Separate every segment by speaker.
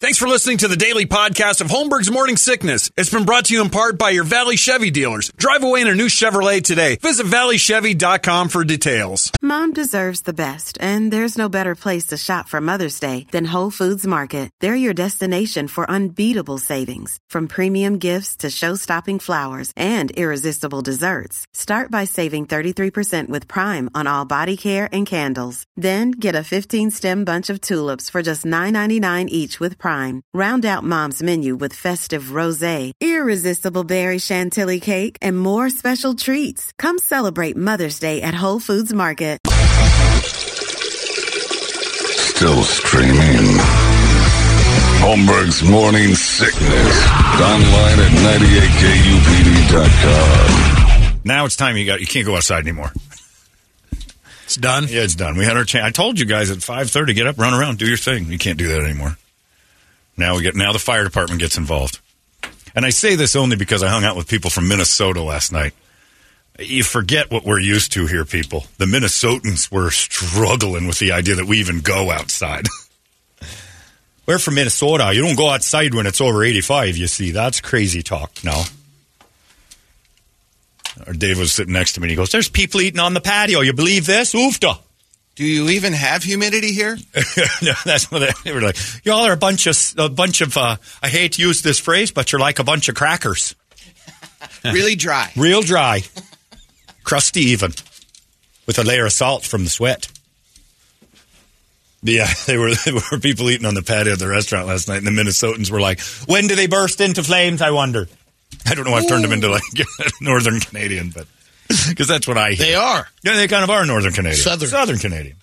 Speaker 1: Thanks for listening to the daily podcast of Holmberg's Morning Sickness. It's been brought to you in part by your Valley Chevy dealers. Drive away in a new Chevrolet today. Visit valleychevy.com for details.
Speaker 2: Mom deserves the best, and there's no better place to shop for Mother's Day than Whole Foods Market. They're your destination for unbeatable savings, from premium gifts to show-stopping flowers and irresistible desserts. Start by saving 33% with Prime on all body care and candles. Then get a 15-stem bunch of tulips for just $9.99 each with Prime. Round out Mom's menu with festive rosé, irresistible berry chantilly cake, and more special treats. Come celebrate Mother's Day at Whole Foods Market.
Speaker 3: Still streaming. Holmberg's Morning Sickness. Online at 98kupd.com.
Speaker 4: Now it's time you got. You can't go outside anymore.
Speaker 1: It's done.
Speaker 4: Yeah, it's done. We had our chance. I told you guys at five thirty, get up, run around, do your thing. You can't do that anymore. Now we get. Now the fire department gets involved. And I say this only because I hung out with people from Minnesota last night. You forget what we're used to here, people. The Minnesotans were struggling with the idea that we even go outside. we're from Minnesota. You don't go outside when it's over 85, you see. That's crazy talk. No. Or Dave was sitting next to me and he goes, There's people eating on the patio. You believe this? Oofta.
Speaker 5: Do you even have humidity here?
Speaker 4: no, that's what they, they were like. Y'all are a bunch of a bunch of. Uh, I hate to use this phrase, but you're like a bunch of crackers,
Speaker 5: really dry.
Speaker 4: real dry, crusty even, with a layer of salt from the sweat. Yeah, they were there were people eating on the patio of the restaurant last night, and the Minnesotans were like, "When do they burst into flames?" I wonder. I don't know. I've turned them into like Northern Canadian, but because that's what I hear.
Speaker 6: They are.
Speaker 4: Yeah, they kind of are Northern Canadian.
Speaker 6: Southern.
Speaker 4: Southern Canadian.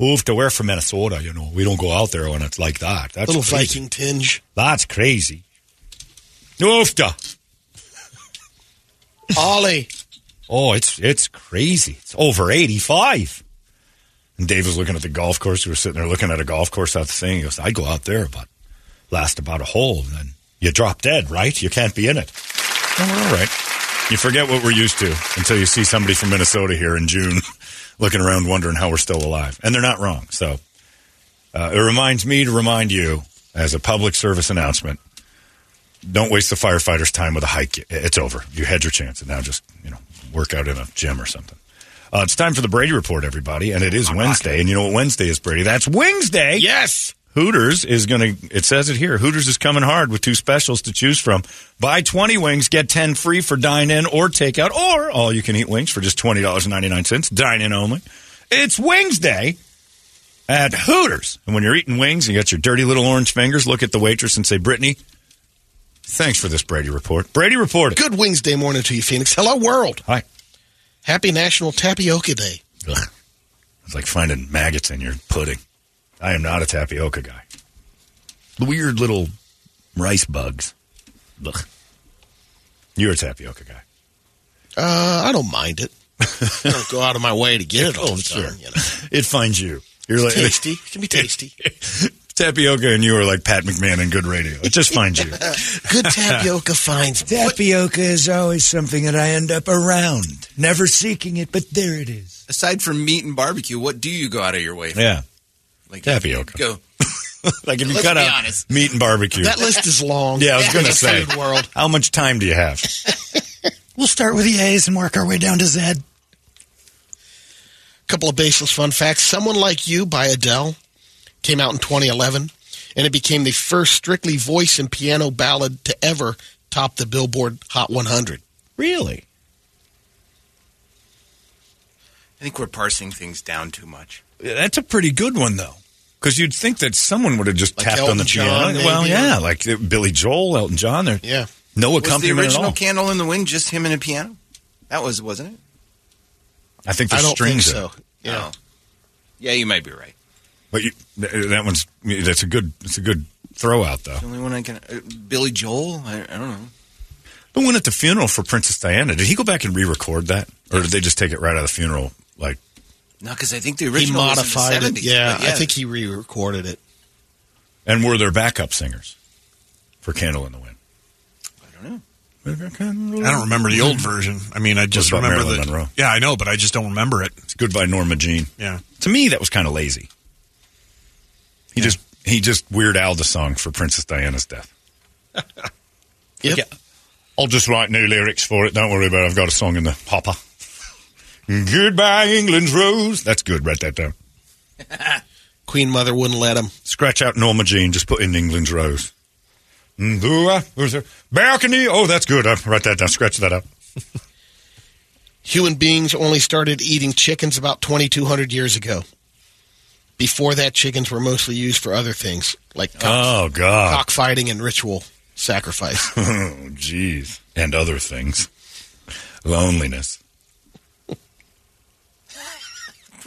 Speaker 4: Oof, to we're from Minnesota, you know. We don't go out there when it's like that. That's
Speaker 6: Little
Speaker 4: crazy.
Speaker 6: Viking tinge.
Speaker 4: That's crazy. Oof, to.
Speaker 6: Ollie.
Speaker 4: Oh, it's it's crazy. It's over 85. And Dave was looking at the golf course. We were sitting there looking at a golf course out the thing. He goes, I go out there, but last about a hole, and then you drop dead, right? You can't be in it. Oh, we're all right. You forget what we're used to until you see somebody from Minnesota here in June looking around wondering how we're still alive. And they're not wrong. So uh, it reminds me to remind you, as a public service announcement, don't waste the firefighters' time with a hike. It's over. You had your chance, and now just you know work out in a gym or something. Uh, it's time for the Brady Report, everybody, and it is Wednesday. And you know what Wednesday is, Brady? That's Wednesday.
Speaker 6: Yes.
Speaker 4: Hooters is going to. It says it here. Hooters is coming hard with two specials to choose from. Buy twenty wings, get ten free for dine in or takeout, or all you can eat wings for just twenty dollars and ninety nine cents. Dine in only. It's Wings Day at Hooters, and when you're eating wings, and you got your dirty little orange fingers. Look at the waitress and say, "Brittany, thanks for this Brady report." Brady reported.
Speaker 6: Good Wednesday morning to you, Phoenix. Hello, world.
Speaker 4: Hi.
Speaker 6: Happy National Tapioca Day.
Speaker 4: Ugh. It's like finding maggots in your pudding. I am not a tapioca guy. The weird little rice bugs. Ugh. You're a tapioca guy.
Speaker 6: Uh, I don't mind it. Oh, I don't go out of my way to get it all the time. You know.
Speaker 4: It finds you. You're like
Speaker 6: Tasty. It can be tasty.
Speaker 4: tapioca, and you are like Pat McMahon in good radio. It just finds you.
Speaker 6: Good tapioca finds
Speaker 7: Tapioca is always something that I end up around, never seeking it, but there it is.
Speaker 5: Aside from meat and barbecue, what do you go out of your way? For?
Speaker 4: Yeah,
Speaker 5: Like
Speaker 4: tapioca.
Speaker 5: Go.
Speaker 4: like if you
Speaker 5: Let's
Speaker 4: cut
Speaker 5: be
Speaker 4: out
Speaker 5: honest.
Speaker 4: meat and barbecue.
Speaker 6: That list is long.
Speaker 4: yeah, I was gonna say.
Speaker 6: Food world.
Speaker 4: How much time do you have?
Speaker 7: We'll start with the A's and work our way down to Z.
Speaker 6: couple of baseless fun facts. Someone Like You by Adele came out in 2011, and it became the first strictly voice and piano ballad to ever top the Billboard Hot 100.
Speaker 4: Really?
Speaker 5: I think we're parsing things down too much.
Speaker 4: That's a pretty good one though, because you'd think that someone would have just
Speaker 6: Like
Speaker 4: tapped on the
Speaker 6: Elton John,
Speaker 4: piano. well,
Speaker 6: maybe,
Speaker 4: yeah,
Speaker 6: or-
Speaker 4: like uh, Billy Joel, Elton John. There,
Speaker 6: Yeah.
Speaker 4: no
Speaker 5: Was the
Speaker 4: accompaniment at
Speaker 5: original
Speaker 4: all.
Speaker 5: Candle in the Wind just him and a piano? That was, wasn't it?
Speaker 4: I think there's
Speaker 6: I don't think
Speaker 4: strings. in it.
Speaker 6: so. Yeah.
Speaker 5: Oh. Yeah, you might be right.
Speaker 4: But you, th- that one's that's a good that's a good throw out though.
Speaker 5: The only one I can. Uh, Billy Joel? I, I don't know.
Speaker 4: The one at the funeral for Princess Diana. Did he go back and re-record that, or did they just take it right out of the funeral? Like,
Speaker 5: No, because I think the
Speaker 6: He
Speaker 5: original
Speaker 6: modified
Speaker 5: was in the 70s.
Speaker 6: it. Yeah,
Speaker 5: but
Speaker 6: I think he re recorded it.
Speaker 4: and were there backup singers for Candle in the Wind?
Speaker 5: I don't know.
Speaker 4: I
Speaker 8: I don't remember the old version. I mean, I just
Speaker 4: about
Speaker 8: remember
Speaker 4: Marilyn
Speaker 8: the.
Speaker 4: Monroe?
Speaker 8: Yeah, I know, but I just don't remember it.
Speaker 4: It's goodbye Norma Jean.
Speaker 8: Yeah.
Speaker 4: To me, that was kind of lazy. He just He just Weird Al the song for Princess Diana's death.
Speaker 6: Yep.
Speaker 4: I'll just write new lyrics for it. Don't worry about it. I've got a song in the hopper. Goodbye, England's Rose. That's good. Write that down.
Speaker 6: Queen Mother wouldn't let him.
Speaker 4: Scratch out Norma Jean. Just put in England's Rose. Mm, Who's there? Balcony. Oh, that's good. Uh, write that down. Scratch that up.
Speaker 6: Human beings only started eating chickens about 2,200 years ago. Before that, chickens were mostly used for other things like cock-
Speaker 4: Oh, God.
Speaker 6: cockfighting and ritual sacrifice.
Speaker 4: Oh, jeez. And other things. Loneliness.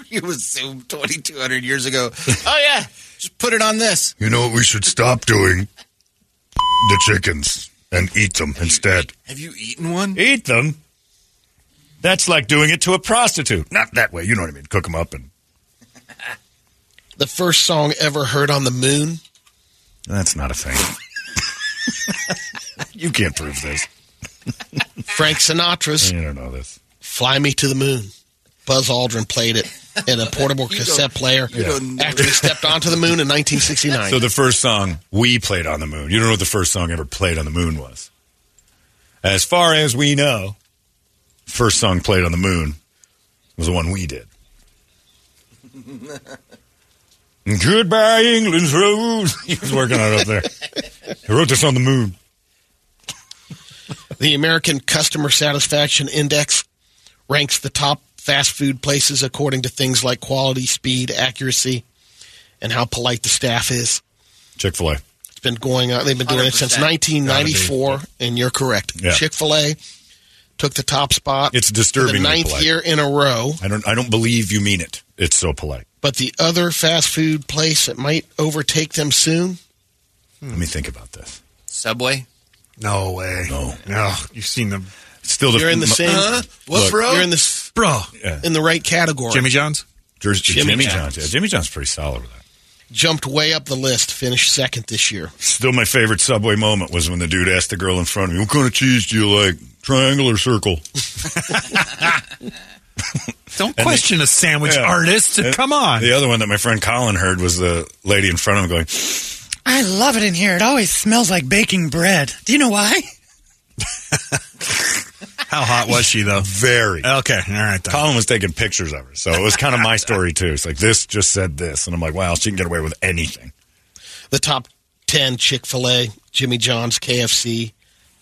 Speaker 5: You assume 2,200 years ago. Oh, yeah. Just put it on this.
Speaker 4: You know what we should stop doing? The chickens and eat them instead.
Speaker 5: Have you eaten one?
Speaker 4: Eat them? That's like doing it to a prostitute. Not that way. You know what I mean? Cook them up and.
Speaker 6: the first song ever heard on the moon.
Speaker 4: That's not a thing. you can't prove this.
Speaker 6: Frank Sinatra's
Speaker 4: You don't know this.
Speaker 6: "Fly Me to the Moon." Buzz Aldrin played it in a portable cassette player
Speaker 5: don't know.
Speaker 6: after he stepped onto the moon in 1969.
Speaker 4: So the first song we played on the moon. You don't know what the first song ever played on the moon was. As far as we know, first song played on the moon was the one we did. Goodbye, England's rose. He was working on it up there. He wrote this on the moon.
Speaker 6: The American Customer Satisfaction Index ranks the top fast food places according to things like quality, speed, accuracy, and how polite the staff is.
Speaker 4: Chick Fil A.
Speaker 6: It's been going on. They've been doing it since 1994, and you're correct.
Speaker 4: Yeah.
Speaker 6: Chick fil A took the top spot.
Speaker 4: It's
Speaker 6: for
Speaker 4: disturbingly
Speaker 6: The ninth
Speaker 4: polite.
Speaker 6: year in a row.
Speaker 4: I don't. I don't believe you mean it. It's so polite.
Speaker 6: But the other fast food place that might overtake them soon,
Speaker 4: Let me think about this.
Speaker 5: Subway?
Speaker 8: No way.
Speaker 4: No.
Speaker 8: No. You've seen them.
Speaker 4: Still, the,
Speaker 6: you're in the same.
Speaker 4: Look, Oh,
Speaker 6: You're in the
Speaker 8: Bro.
Speaker 6: in the right category.
Speaker 8: Jimmy John's?
Speaker 4: Jersey, Jimmy,
Speaker 6: Jimmy
Speaker 4: John's.
Speaker 6: John's.
Speaker 4: Yeah, Jimmy John's pretty solid with that.
Speaker 6: Jumped way up the list, finished second this year.
Speaker 4: Still, my favorite subway moment was when the dude asked the girl in front of me, "What kind of cheese do you like? Triangle or circle?"
Speaker 8: Don't question a sandwich
Speaker 4: Yeah.
Speaker 8: artist.
Speaker 4: And
Speaker 8: Come on.
Speaker 4: The other one that my friend Colin heard was the lady in front of him going,
Speaker 9: I love it in here. It always smells like baking bread. Do you know why?
Speaker 8: How hot was she, though? Oh.
Speaker 4: "Very."
Speaker 8: Okay. All right. Then.
Speaker 4: Colin was taking pictures of her, so it was kind of my story too. It's like this just said this, and I'm like, "Wow, she can get away with anything."
Speaker 6: The top ten: Chick Fil A, Jimmy John's, KFC,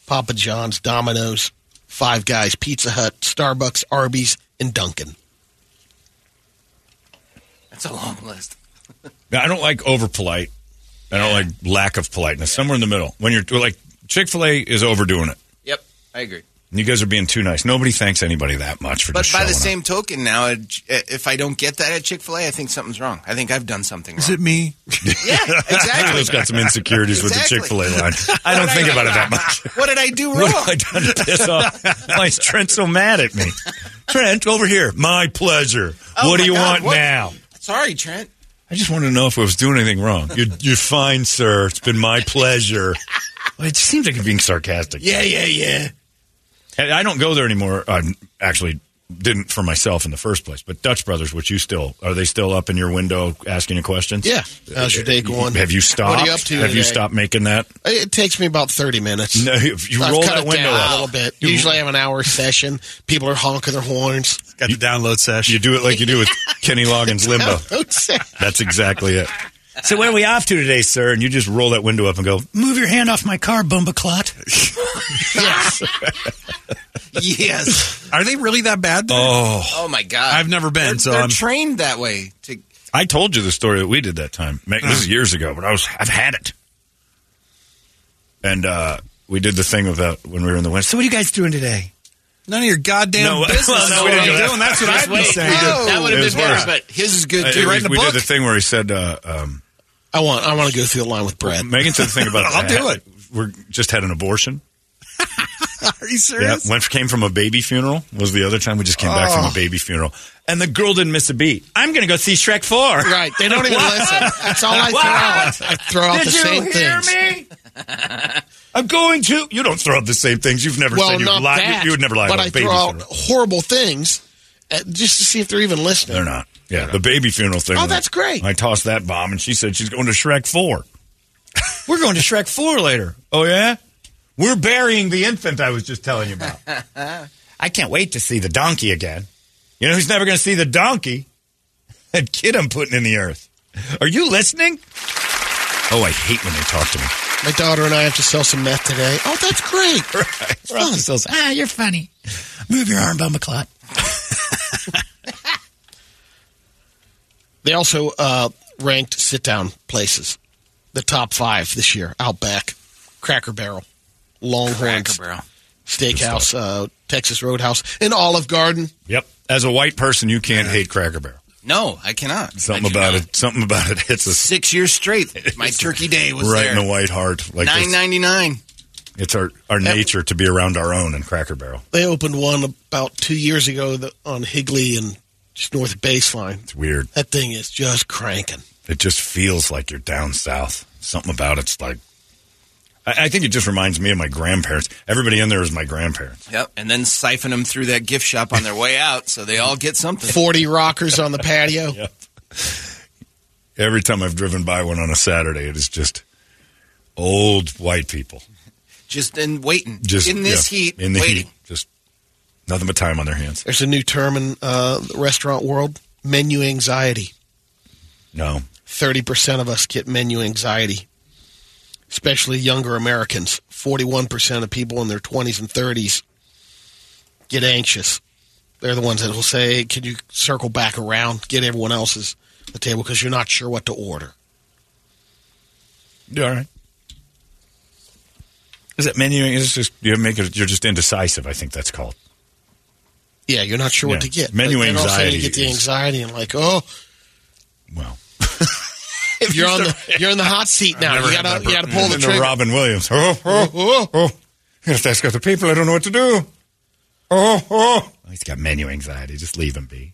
Speaker 6: Papa John's, Domino's, Five Guys, Pizza Hut, Starbucks, Arby's, and Dunkin'.
Speaker 5: That's a long list.
Speaker 4: Now, I don't like over polite. I don't like lack of politeness. Somewhere in the middle. When you're like Chick Fil A is overdoing it.
Speaker 5: Yep, I agree.
Speaker 4: You guys are being too nice. Nobody thanks anybody that much for
Speaker 5: But
Speaker 4: just
Speaker 5: by the
Speaker 4: showing up.
Speaker 5: same token, now, it- if I don't get that at Chick fil A, I think something's wrong. I think I've done something wrong.
Speaker 8: Is it me?
Speaker 5: Yeah, exactly.
Speaker 4: Joe's Ah, got some insecurities
Speaker 5: Exactly.
Speaker 4: with the Chick Fil A line. I don't think about it that much.
Speaker 5: what did I do wrong?
Speaker 4: What have I done to piss off? Why is Trent so mad at me? Trent, over here. My pleasure.
Speaker 5: Oh
Speaker 4: what do
Speaker 5: my
Speaker 4: you
Speaker 5: God,
Speaker 4: want
Speaker 5: what?
Speaker 4: now?
Speaker 5: Sorry, Trent.
Speaker 4: I just wanted to know if I was doing anything wrong. You're, you're fine, sir. It's been my pleasure. Well, it seems like you're being sarcastic.
Speaker 5: Yeah, yeah, yeah.
Speaker 4: And I don't go there anymore. I actually didn't for myself in the first place. But Dutch Brothers, which you still are they still up in your window asking you questions?
Speaker 6: Yeah, how's your day going?
Speaker 4: Uh, Have you stopped?
Speaker 6: What are you up to
Speaker 4: Have you
Speaker 6: today?
Speaker 4: stopped making that?
Speaker 6: It takes me about thirty minutes.
Speaker 4: No, if you
Speaker 6: I've
Speaker 4: roll
Speaker 6: cut
Speaker 4: that
Speaker 6: it
Speaker 4: window
Speaker 6: down
Speaker 4: up
Speaker 6: a little bit. Usually, I have an hour session. People are honking their horns.
Speaker 8: Got the download
Speaker 4: You
Speaker 8: session.
Speaker 4: do it like you do with Kenny Loggins Limbo. That's exactly it. So where are we off to today, sir? And you just roll that window up and go.
Speaker 9: Move your hand off my car, Bumba Clot.
Speaker 6: yes.
Speaker 5: Yes.
Speaker 8: Are they really that bad? Though?
Speaker 4: Oh,
Speaker 5: Oh my God.
Speaker 8: I've never been,
Speaker 5: They're,
Speaker 8: so
Speaker 5: they're
Speaker 8: I'm-
Speaker 5: trained that way. To
Speaker 4: I told you the story that we did that time. Ma- This is years ago, but I was I've had it. And uh, we did the thing with that when we were in the West.
Speaker 9: So what are you guys doing today?
Speaker 8: None of your goddamn
Speaker 4: No, well,
Speaker 8: business.
Speaker 4: no,
Speaker 8: is
Speaker 4: we
Speaker 8: what
Speaker 4: didn't
Speaker 8: I'm
Speaker 4: do that.
Speaker 8: doing. That's what I've been saying.
Speaker 5: that would
Speaker 4: It
Speaker 5: have
Speaker 4: was
Speaker 5: been
Speaker 4: worse.
Speaker 5: better, but his is good
Speaker 4: Uh,
Speaker 5: too.
Speaker 4: we,
Speaker 8: the
Speaker 4: we
Speaker 8: book?
Speaker 4: did the thing where he said, uh, um,
Speaker 6: I want. I want to go through the line with Brad.
Speaker 4: Megan said the thing about
Speaker 8: I'll do it.
Speaker 4: We're just had an abortion.
Speaker 8: Are you
Speaker 4: Yeah,
Speaker 8: serious?
Speaker 4: went came from a baby funeral was the other time we just came back from
Speaker 6: Oh.
Speaker 4: a baby funeral, and the girl didn't miss a beat. I'm going to go see Shrek Four.
Speaker 6: Right. They don't even listen. That's all I throw out. I throw out the same things.
Speaker 4: me? I'm going to. You don't throw up the same things. You've never
Speaker 6: Well,
Speaker 4: said you
Speaker 6: not
Speaker 4: lied.
Speaker 6: that.
Speaker 4: You, you would never lie
Speaker 6: But
Speaker 4: about
Speaker 6: I
Speaker 4: babies.
Speaker 6: throw out horrible things, uh, just to see if they're even listening.
Speaker 4: They're not. Yeah, the baby funeral thing.
Speaker 6: Oh, that's great.
Speaker 4: I tossed that bomb, and she said she's going to Shrek 4. We're going to Shrek 4 later. Oh, yeah? We're burying the infant I was just telling you about. I can't wait to see the donkey again. You know who's never going to see the donkey? That kid I'm putting in the earth. Are you listening? Oh, I hate when they talk to me.
Speaker 6: My daughter and I have to sell some meth today. Oh, that's great.
Speaker 4: We're off to sell some-
Speaker 9: Ah, you're funny. Move your arm, Bumba Clot.
Speaker 6: They also uh, ranked sit down places, the top five this year Outback, Cracker Barrel, Longhorns,
Speaker 5: Cracker Barrel.
Speaker 6: Steakhouse, uh, Texas Roadhouse, and Olive Garden.
Speaker 4: Yep. As a white person, you can't hate Cracker Barrel.
Speaker 5: No, I cannot.
Speaker 4: Something
Speaker 5: I do
Speaker 4: about
Speaker 5: not.
Speaker 4: it. Something about it hits us
Speaker 5: Six years straight. My turkey day was
Speaker 4: right
Speaker 5: there.
Speaker 4: in the white heart. Like
Speaker 5: Nine
Speaker 4: it's,
Speaker 5: ninety nine.
Speaker 4: it's our our nature to be around our own in Cracker Barrel.
Speaker 6: They opened one about two years ago that, on Higley and just north of Baseline.
Speaker 4: It's weird.
Speaker 6: That thing is just cranking.
Speaker 4: It just feels like you're down south. Something about it's like. I, I think it just reminds me of my grandparents. Everybody in there is my grandparents.
Speaker 5: Yep, and then siphon them through that gift shop on their way out, so they all get something.
Speaker 6: 40 rockers on the patio.
Speaker 4: Every time I've driven by one on a Saturday, it is just old white people
Speaker 5: Just in waiting,
Speaker 4: just
Speaker 5: in this
Speaker 4: yeah,
Speaker 5: heat,
Speaker 4: in the
Speaker 5: waiting.
Speaker 4: heat, just nothing but time on their hands.
Speaker 6: There's a new term in uh, the restaurant world menu anxiety.
Speaker 4: No,
Speaker 6: 30% of us get menu anxiety, especially younger Americans. 41% of people in their 20s and 30s get anxious. They're the ones that will say, hey, Can you circle back around, get everyone else's the table because you're not sure what to order?
Speaker 4: Yeah, all right. Is that menu? Is just you make it, You're just indecisive. I think that's called.
Speaker 6: Yeah, you're not sure
Speaker 4: Yeah,
Speaker 6: what to get.
Speaker 4: menu
Speaker 6: But then all of a sudden
Speaker 4: anxiety
Speaker 6: you get the
Speaker 4: is-
Speaker 6: anxiety and like, oh,
Speaker 4: Well,
Speaker 6: you're on the you're in the hot seat now. You gotta you gotta pull the
Speaker 4: Into
Speaker 6: trigger.
Speaker 4: Robin Williams. Oh, oh, oh, oh. If that's got the people, I don't know what to do. Oh, oh. He's got menu anxiety. Just leave him be.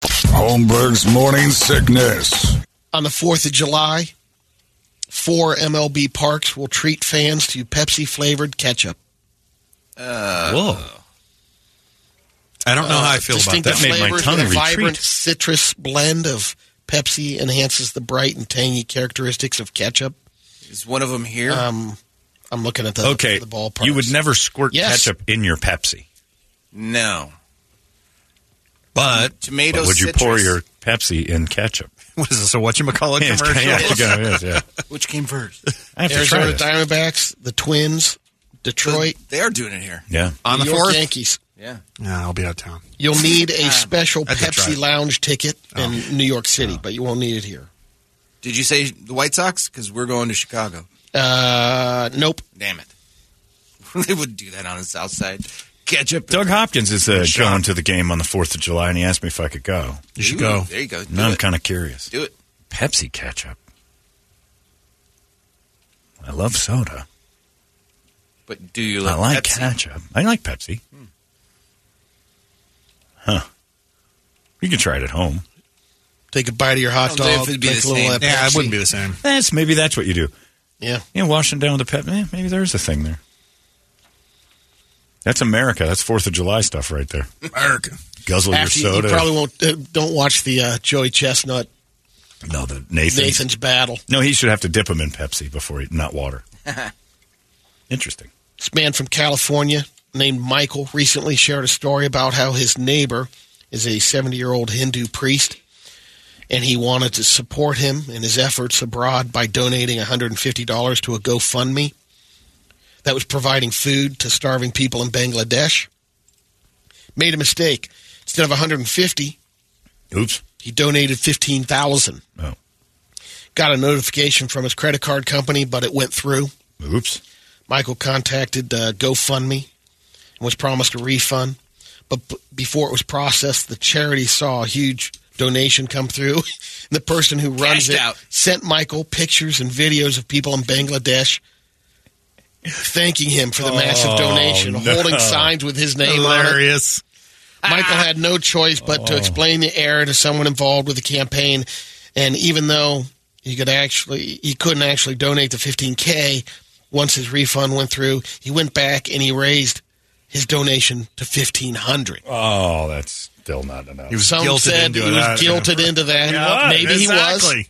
Speaker 3: Holmberg's morning sickness.
Speaker 6: on the 4th of July, four MLB parks will treat fans to Pepsi flavored ketchup.
Speaker 4: Uh, Whoa. Uh,
Speaker 8: I don't know how I feel about
Speaker 6: Distinctive
Speaker 4: that. That made my
Speaker 6: flavors
Speaker 4: tongue
Speaker 6: with a
Speaker 4: retreat.
Speaker 6: vibrant citrus blend of Pepsi enhances the bright and tangy characteristics of ketchup.
Speaker 5: Is one of them here?
Speaker 4: Uh,
Speaker 6: Um, I'm looking at the,
Speaker 4: Okay.
Speaker 6: the ballpark.
Speaker 4: You would never squirt
Speaker 6: Yes.
Speaker 4: ketchup in your Pepsi.
Speaker 5: no.
Speaker 8: But
Speaker 5: Tomato.
Speaker 4: But would you
Speaker 5: citrus,
Speaker 4: pour your Pepsi in ketchup?
Speaker 8: what is this? A whatchamacallit
Speaker 4: Yeah, it's
Speaker 8: commercial?
Speaker 4: kinda- yeah, it is, yeah.
Speaker 5: Which came first?
Speaker 4: I have to try
Speaker 6: Arizona
Speaker 4: this.
Speaker 6: Diamondbacks, the Twins, Detroit,
Speaker 5: They are doing it here.
Speaker 4: Yeah.
Speaker 8: On the
Speaker 6: New York
Speaker 8: fourth?
Speaker 6: Yankees.
Speaker 5: Yeah.
Speaker 8: Yeah, I'll be out of town.
Speaker 6: You'll need a special
Speaker 8: that's a try.
Speaker 6: Pepsi Lounge ticket
Speaker 5: Oh.
Speaker 6: in New York City, but you won't need it here.
Speaker 5: Did you say the White Sox? Because we're going to Chicago.
Speaker 6: Uh, nope.
Speaker 5: Damn it. they wouldn't do that on the South Side. Ketchup.
Speaker 4: Doug Hopkins is uh, going to the game on the 4th of July, and he asked me if I could go.
Speaker 8: You should
Speaker 5: Ooh,
Speaker 8: go.
Speaker 5: There you go. Do
Speaker 4: Now I'm
Speaker 5: it.
Speaker 4: kind of curious.
Speaker 5: Do it.
Speaker 4: Pepsi ketchup. I love soda.
Speaker 5: But do you
Speaker 4: I
Speaker 5: like,
Speaker 4: like
Speaker 5: Pepsi?
Speaker 4: ketchup. I like Pepsi. Huh. You can try it at home.
Speaker 6: Take a bite of your
Speaker 5: I
Speaker 6: hot
Speaker 5: don't know if
Speaker 6: dog.
Speaker 5: it'd be
Speaker 6: drink
Speaker 5: the
Speaker 6: a little
Speaker 5: same.
Speaker 6: of that
Speaker 8: Yeah,
Speaker 6: Pepsi.
Speaker 8: it wouldn't be the same.
Speaker 4: That's maybe that's what you do.
Speaker 6: Yeah.
Speaker 4: You know, washing down with the Pepsi. Eh, maybe there is a thing there. That's America. That's Fourth of July stuff right there.
Speaker 8: America.
Speaker 4: Guzzle
Speaker 6: After you,
Speaker 4: your
Speaker 6: you
Speaker 4: soda.
Speaker 6: probably won't. Uh, don't watch the uh, Joey Chestnut
Speaker 4: no, the Nathan.
Speaker 6: Nathan's battle.
Speaker 4: No, he should have to dip him in Pepsi before he, not water. Interesting.
Speaker 6: This man from California named Michael recently shared a story about how his neighbor is a 70 year old Hindu priest, and he wanted to support him in his efforts abroad by donating $150 to a GoFundMe that was providing food to starving people in Bangladesh. Made a mistake. Instead of 150,
Speaker 4: Oops.
Speaker 6: he donated 15,000.
Speaker 4: Oh.
Speaker 6: got a notification from his credit card company, but it went through.
Speaker 4: Oops.
Speaker 6: Michael contacted uh, GoFundMe and was promised a refund. But b- before it was processed, the charity saw a huge donation come through. the person who runs
Speaker 5: Cashed
Speaker 6: it
Speaker 5: out.
Speaker 6: sent Michael pictures and videos of people in Bangladesh thanking him for the massive
Speaker 5: Oh,
Speaker 6: donation,
Speaker 5: no.
Speaker 6: holding signs with his name on it.
Speaker 8: Hilarious.
Speaker 6: Michael had no choice but
Speaker 8: Oh.
Speaker 6: to explain the error to someone involved with the campaign, and even though he could actually he couldn't actually donate the 15k once his refund went through, he went back and he raised his donation to 1500.
Speaker 4: Oh, that's still not enough.
Speaker 8: He was
Speaker 6: Some
Speaker 8: guilted
Speaker 6: said
Speaker 8: into
Speaker 6: he was
Speaker 8: that.
Speaker 6: guilted into that.
Speaker 8: Yeah,
Speaker 6: Maybe he
Speaker 8: exactly.
Speaker 6: was.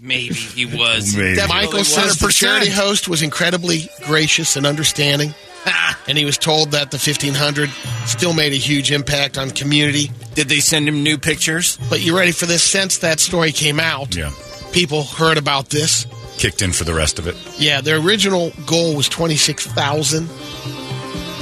Speaker 10: Maybe he was.
Speaker 6: That Michael says the
Speaker 10: 100%.
Speaker 6: charity host was incredibly gracious and understanding, and he was told that the 1500 still made a huge impact on community.
Speaker 10: Did they send him new pictures?
Speaker 6: But you ready for this? Since that story came out,
Speaker 4: Yeah.
Speaker 6: people heard about this.
Speaker 4: Kicked in for the rest of it.
Speaker 6: Yeah, their original goal was 26,000.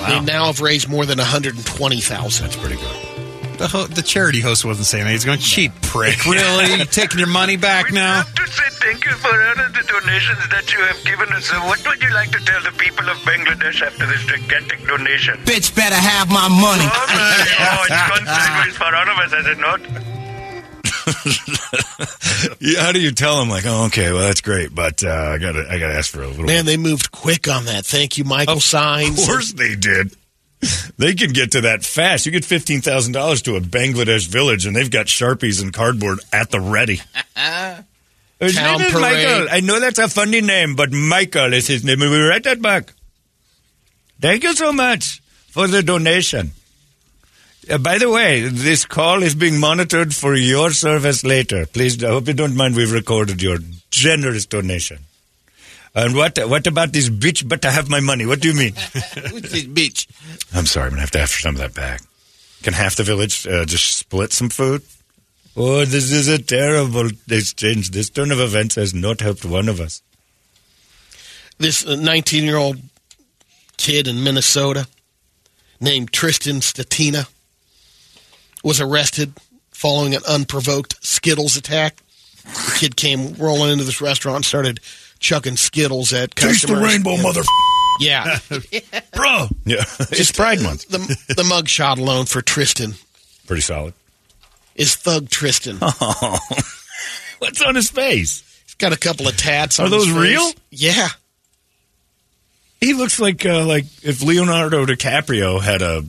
Speaker 6: They now have raised more than 120,000. That's
Speaker 4: pretty good.
Speaker 8: The, ho- the charity host wasn't saying that. He's going, cheat prick. Really? You taking your money back now?
Speaker 11: To say thank you for all of the donations that you have given us. So what would you like to tell the people of Bangladesh after this gigantic donation?
Speaker 12: Bitch better have my money.
Speaker 11: Oh, my God. It's gone sideways for all of us, has it not?
Speaker 4: Yeah, How do you tell him like, oh, okay, well, that's great, but uh, I got to I got to ask for a little.
Speaker 6: Man, they moved quick on that. Thank you, Michael Signs.
Speaker 4: Of course they did. They can get to that fast. You get fifteen thousand dollars to a Bangladesh village, and they've got sharpies and cardboard at the ready. His
Speaker 6: Town
Speaker 4: name is
Speaker 6: parade.
Speaker 4: Michael. I know that's a funny name, but Michael is his name. We'll be right that back. Thank you so much for the donation. Uh, by the way, this call is being monitored for your service later. Please, I hope you don't mind. We've recorded your generous donation. And what what about this bitch? But I have my money. What do you mean?
Speaker 5: Who's this bitch?
Speaker 4: I'm sorry. I'm gonna have to have some of that back. Can half the village uh, just split some food? Oh, this is a terrible exchange. This turn of events has not helped one of us.
Speaker 6: This 19 year old kid in Minnesota named Tristan Statina was arrested following an unprovoked Skittles attack. The kid came rolling into this restaurant and started chucking Skittles at customers.
Speaker 4: Taste the rainbow,
Speaker 6: And-
Speaker 4: mother-
Speaker 6: Yeah.
Speaker 4: Bro. Yeah, it's Pride Month.
Speaker 6: The, the mugshot alone for Tristan
Speaker 4: Pretty solid.
Speaker 6: is Thug Tristan.
Speaker 4: Oh. What's on his face?
Speaker 6: He's got a couple of tats. on
Speaker 4: Are those
Speaker 6: his face.
Speaker 4: real?
Speaker 6: Yeah.
Speaker 4: He looks like uh, like if Leonardo DiCaprio had a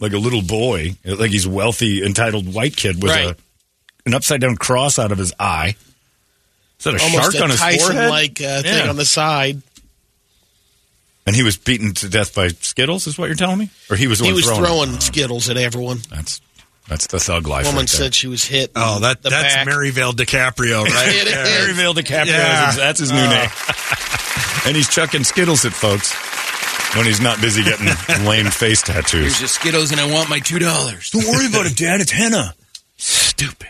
Speaker 4: like a little boy, like he's wealthy, entitled white kid with a an upside down cross out of his eye. Is that a
Speaker 6: Almost
Speaker 4: shark on his forehead?
Speaker 6: Like uh, thing
Speaker 4: Yeah.
Speaker 6: on the side.
Speaker 4: and he was beaten to death by Skittles, is what you're telling me? Or he was the
Speaker 6: he
Speaker 4: one
Speaker 6: was
Speaker 4: throwing?
Speaker 6: throwing Skittles at everyone.
Speaker 4: That's that's the thug life.
Speaker 6: Woman
Speaker 4: right there.
Speaker 6: said she was hit.
Speaker 8: Oh,
Speaker 6: in
Speaker 8: that
Speaker 6: the
Speaker 8: that's
Speaker 6: back.
Speaker 8: Maryvale DiCaprio, right?
Speaker 6: It
Speaker 8: there.
Speaker 6: is.
Speaker 4: Maryvale DiCaprio.
Speaker 8: Yeah.
Speaker 4: is his- That's his new
Speaker 8: Oh.
Speaker 4: name. and he's chucking Skittles at folks when he's not busy getting lame face tattoos.
Speaker 10: Here's your Skittles, and I want my two dollars.
Speaker 4: Don't worry about it, Dad. It's henna. Stupid.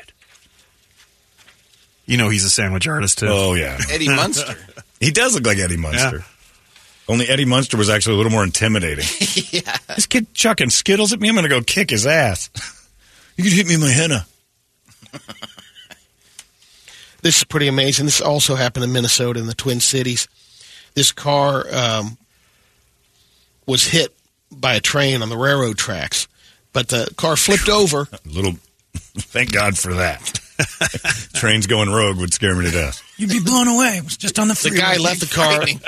Speaker 8: You know he's a sandwich artist, too.
Speaker 4: Oh, yeah.
Speaker 5: Eddie Munster.
Speaker 4: He does look like Eddie Munster. Only Eddie Munster was actually a little more intimidating.
Speaker 5: yeah.
Speaker 4: this kid chucking Skittles at me. I'm going to go kick his ass. you could hit me in my henna.
Speaker 6: This is pretty amazing. This also happened in Minnesota in the Twin Cities. This car um, was hit by a train on the railroad tracks, but the car flipped over.
Speaker 4: Little. Thank God for that. Trains going rogue would scare me to death.
Speaker 9: You'd be blown away. It was just on the
Speaker 6: The
Speaker 9: freeway.
Speaker 6: guy left the car.
Speaker 9: Frightening.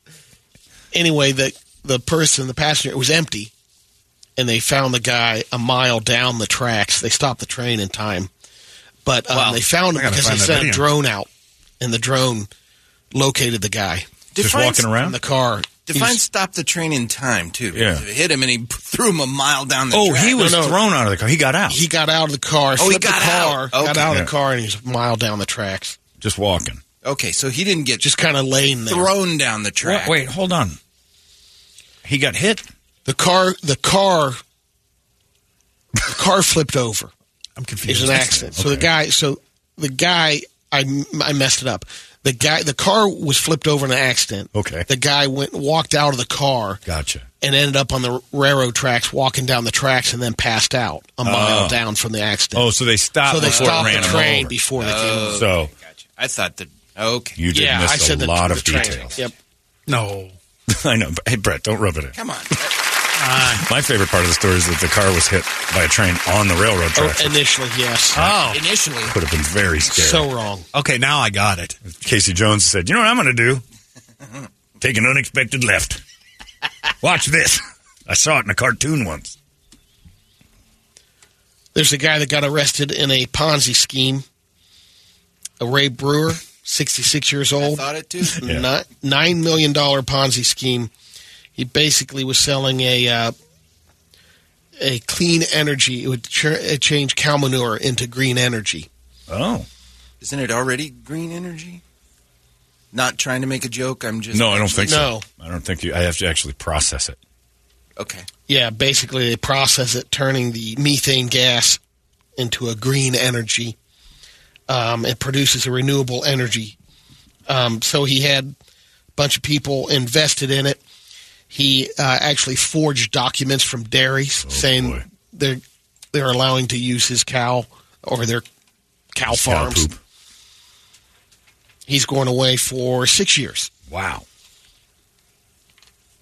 Speaker 6: anyway, the the person, the passenger, it was empty, and they found the guy a mile down the tracks. They stopped the train in time, but um,
Speaker 10: Wow.
Speaker 6: they found
Speaker 10: I
Speaker 6: him
Speaker 10: gotta
Speaker 6: because they
Speaker 10: find that
Speaker 6: sent
Speaker 10: video.
Speaker 6: a drone out, and the drone located the guy.
Speaker 10: Defines-
Speaker 6: in the car.
Speaker 10: Define
Speaker 6: He was-
Speaker 10: stopped the train in time too.
Speaker 6: Yeah.
Speaker 10: It hit him and he p- threw him a mile down
Speaker 4: Oh,
Speaker 10: the.
Speaker 8: Oh,
Speaker 10: track.
Speaker 6: No, no.
Speaker 4: out of the car. He got out.
Speaker 6: He got out of the car.
Speaker 10: Oh, he
Speaker 6: flipped
Speaker 10: got
Speaker 6: the car,
Speaker 10: out.
Speaker 6: Got
Speaker 10: Okay.
Speaker 6: out of
Speaker 10: Yeah.
Speaker 6: the car and he was a mile down the tracks.
Speaker 4: Just walking.
Speaker 10: Okay, so he didn't get
Speaker 6: just kind of laying there,
Speaker 10: thrown down the track.
Speaker 4: Wait, hold on. He got hit.
Speaker 6: The car. The car. The car flipped over.
Speaker 8: I'm
Speaker 6: It
Speaker 8: confused.
Speaker 6: was an accident. So the guy, so the guy, I, I messed it up. The guy, the car was flipped over in an accident.
Speaker 4: Okay.
Speaker 6: The guy went walked out of the car.
Speaker 4: Gotcha.
Speaker 6: And ended up on the railroad tracks, walking down the tracks, and then passed out a mile
Speaker 4: Oh.
Speaker 6: down from the accident.
Speaker 4: Oh, so they stopped.
Speaker 6: So they
Speaker 4: before it
Speaker 6: stopped
Speaker 4: ran
Speaker 6: the
Speaker 4: him
Speaker 6: train
Speaker 4: over.
Speaker 6: before they came.
Speaker 4: So
Speaker 10: I thought that. Okay.
Speaker 4: you did
Speaker 6: Oh. Yeah, I
Speaker 4: miss
Speaker 6: said
Speaker 4: a
Speaker 6: the-
Speaker 4: lot
Speaker 6: the
Speaker 4: of
Speaker 6: train.
Speaker 4: details.
Speaker 6: Yep.
Speaker 8: No.
Speaker 4: I know. but- Hey, Brett, don't rub it in.
Speaker 10: Come on.
Speaker 4: My favorite part of the story is that the car was hit by a train on the railroad tracks.
Speaker 6: Oh, initially, yes.
Speaker 4: Oh.
Speaker 10: Initially.
Speaker 4: Could have been very scary.
Speaker 6: So wrong.
Speaker 4: Okay, now I got it. Casey Jones said, "You know what I'm going to do? Take an unexpected left. Watch this. I saw it in a cartoon once.
Speaker 6: There's a guy that got arrested in a Ponzi scheme. A Ray Brewer, 66 years old.
Speaker 10: thought it too.
Speaker 6: Ni- Nine million dollar Ponzi scheme. He basically was selling a uh, a clean energy. It would ch- uh, change cow manure into green energy.
Speaker 4: Oh,
Speaker 10: Isn't it already green energy? Not trying to make a joke. I'm just
Speaker 4: No, I don't think
Speaker 6: No.
Speaker 4: so. I don't think you. I have to actually process it.
Speaker 10: Okay.
Speaker 6: Yeah, basically they process it, turning the methane gas into a green energy. Um, it produces a renewable energy. Um, so he had a bunch of people invested in it. He uh, actually forged documents from
Speaker 4: Oh,
Speaker 6: dairies saying they're they're allowing to use his cow or their cow
Speaker 4: His cow
Speaker 6: farms.
Speaker 4: poop.
Speaker 6: He's going away for six years.
Speaker 4: Wow,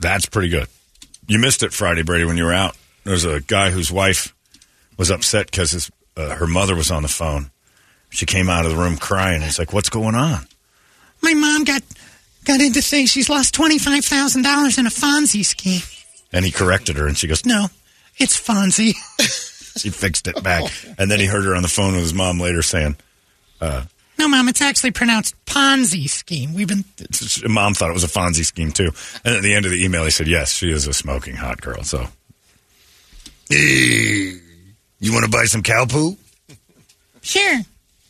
Speaker 4: that's pretty good. You missed it Friday, Brady, when you were out. There was a guy whose wife was upset because uh, her mother was on the phone. She came out of the room crying. It's like, what's going on?
Speaker 9: My mom got got into things. She's lost twenty five thousand dollars in a Fonzie scheme.
Speaker 4: And he corrected her, and she goes,
Speaker 9: No, it's Fonzie.
Speaker 4: She fixed it back. And then he heard her on the phone with his mom later saying, uh,
Speaker 9: No, mom, it's actually pronounced Ponzi scheme. We've been
Speaker 4: it's- Mom thought it was a Fonzie scheme, too. And at the end of the email, he said, Yes, she is a smoking hot girl. So, you want to buy some cow poo?
Speaker 9: sure.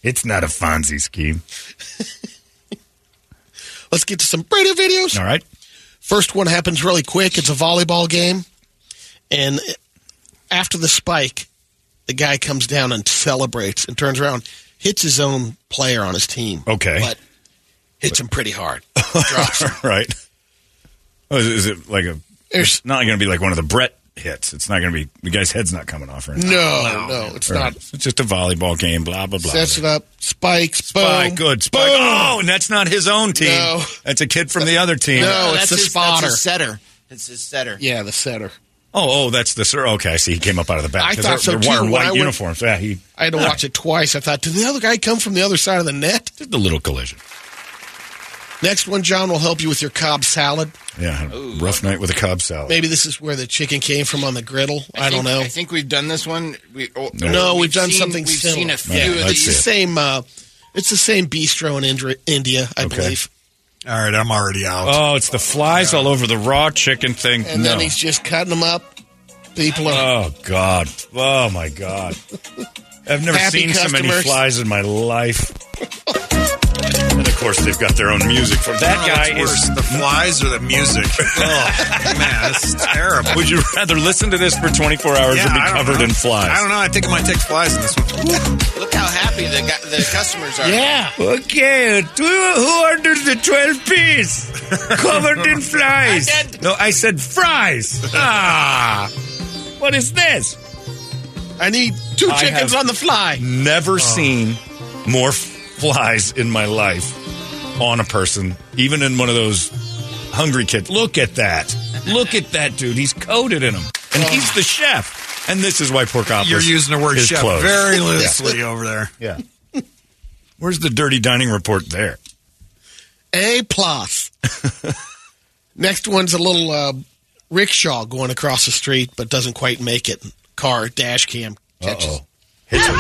Speaker 4: It's not a Fonzie scheme.
Speaker 6: Let's get to some Brady videos.
Speaker 4: All right.
Speaker 6: First one happens really quick. It's a volleyball game. And after the spike, the guy comes down and celebrates and turns around, hits his own player on his team.
Speaker 4: Okay.
Speaker 6: But hits him pretty hard.
Speaker 4: right. Oh, is, is it like a. it's not going to be like one of the Brett hits. It's not going to be. The guy's head's not coming off or anything.
Speaker 6: No, no, it's
Speaker 4: Or-
Speaker 6: not.
Speaker 4: It's just a volleyball game, blah, blah, blah.
Speaker 6: Sets it up, spikes,
Speaker 4: Spike,
Speaker 6: boom.
Speaker 4: good. Spike. Oh, and that's not his own team.
Speaker 6: No.
Speaker 4: That's a kid from the other team.
Speaker 6: No,
Speaker 10: that's
Speaker 6: it's the
Speaker 10: his-
Speaker 6: spotter.
Speaker 10: That's his setter. It's his setter.
Speaker 6: Yeah, the setter.
Speaker 4: Oh, oh, that's the sir. Okay, I see. He came up out of the back
Speaker 6: I
Speaker 4: because
Speaker 6: thought
Speaker 4: they're,
Speaker 6: so,
Speaker 4: they're
Speaker 6: too,
Speaker 4: wearing
Speaker 6: when I
Speaker 4: white
Speaker 6: went-
Speaker 4: uniforms. Yeah, he.
Speaker 6: I had to watch it twice. I thought, did the other guy come from the other side of the net?
Speaker 4: Did the little collision.
Speaker 6: Next one, John will help you with your Cobb salad.
Speaker 4: Yeah, had a rough night with a Cobb salad.
Speaker 6: Maybe this is where the chicken came from on the griddle. I,
Speaker 10: think-
Speaker 6: don't know.
Speaker 10: I think we've done this one. We, oh,
Speaker 6: No, we've, done
Speaker 10: seen-
Speaker 6: something
Speaker 10: we've
Speaker 6: similar.
Speaker 10: seen a few
Speaker 6: yeah,
Speaker 10: of these.
Speaker 6: it's the same. Uh, it's the same bistro in Indra- India, I believe.
Speaker 8: All right, I'm already out.
Speaker 4: Oh, it's the flies all over the raw chicken thing.
Speaker 6: And
Speaker 4: no.
Speaker 6: then he's just cutting them up. People are
Speaker 4: oh God. Oh my God. I've never
Speaker 6: Happy
Speaker 4: seen so many
Speaker 6: customers.
Speaker 4: flies in my life. and of course, they've got their own music for that guy.
Speaker 8: worse,
Speaker 4: Is
Speaker 8: the flies or the music? oh, man, that's terrible.
Speaker 4: Would you rather listen to this for 24 hours
Speaker 8: Yeah,
Speaker 4: and be
Speaker 8: I don't
Speaker 4: covered
Speaker 8: know.
Speaker 4: in flies?
Speaker 8: I don't know. I think it might take flies in this one.
Speaker 10: Look how happy the, guy, the customers are.
Speaker 4: Okay, who ordered the 12 piece? Covered in flies.
Speaker 10: I did.
Speaker 4: No, I said fries. Ah. What is this?
Speaker 6: Uh, I need two
Speaker 4: I
Speaker 6: chickens
Speaker 4: have-
Speaker 6: on the fly.
Speaker 8: Oh.
Speaker 4: Never seen more f- flies in my life on a person, even in one of those hungry kids. Look at that. Look at that dude. He's coated in them. And he's the chef. And this is why Porkopolis
Speaker 8: You're using the word
Speaker 4: is
Speaker 8: chef
Speaker 4: closed.
Speaker 8: very loosely over there.
Speaker 4: Yeah. Where's the dirty dining report there?
Speaker 6: A plus. Next one's a little uh, rickshaw going across the street, but doesn't quite make it. Car dash cam catches.
Speaker 4: Uh-oh. Hits her.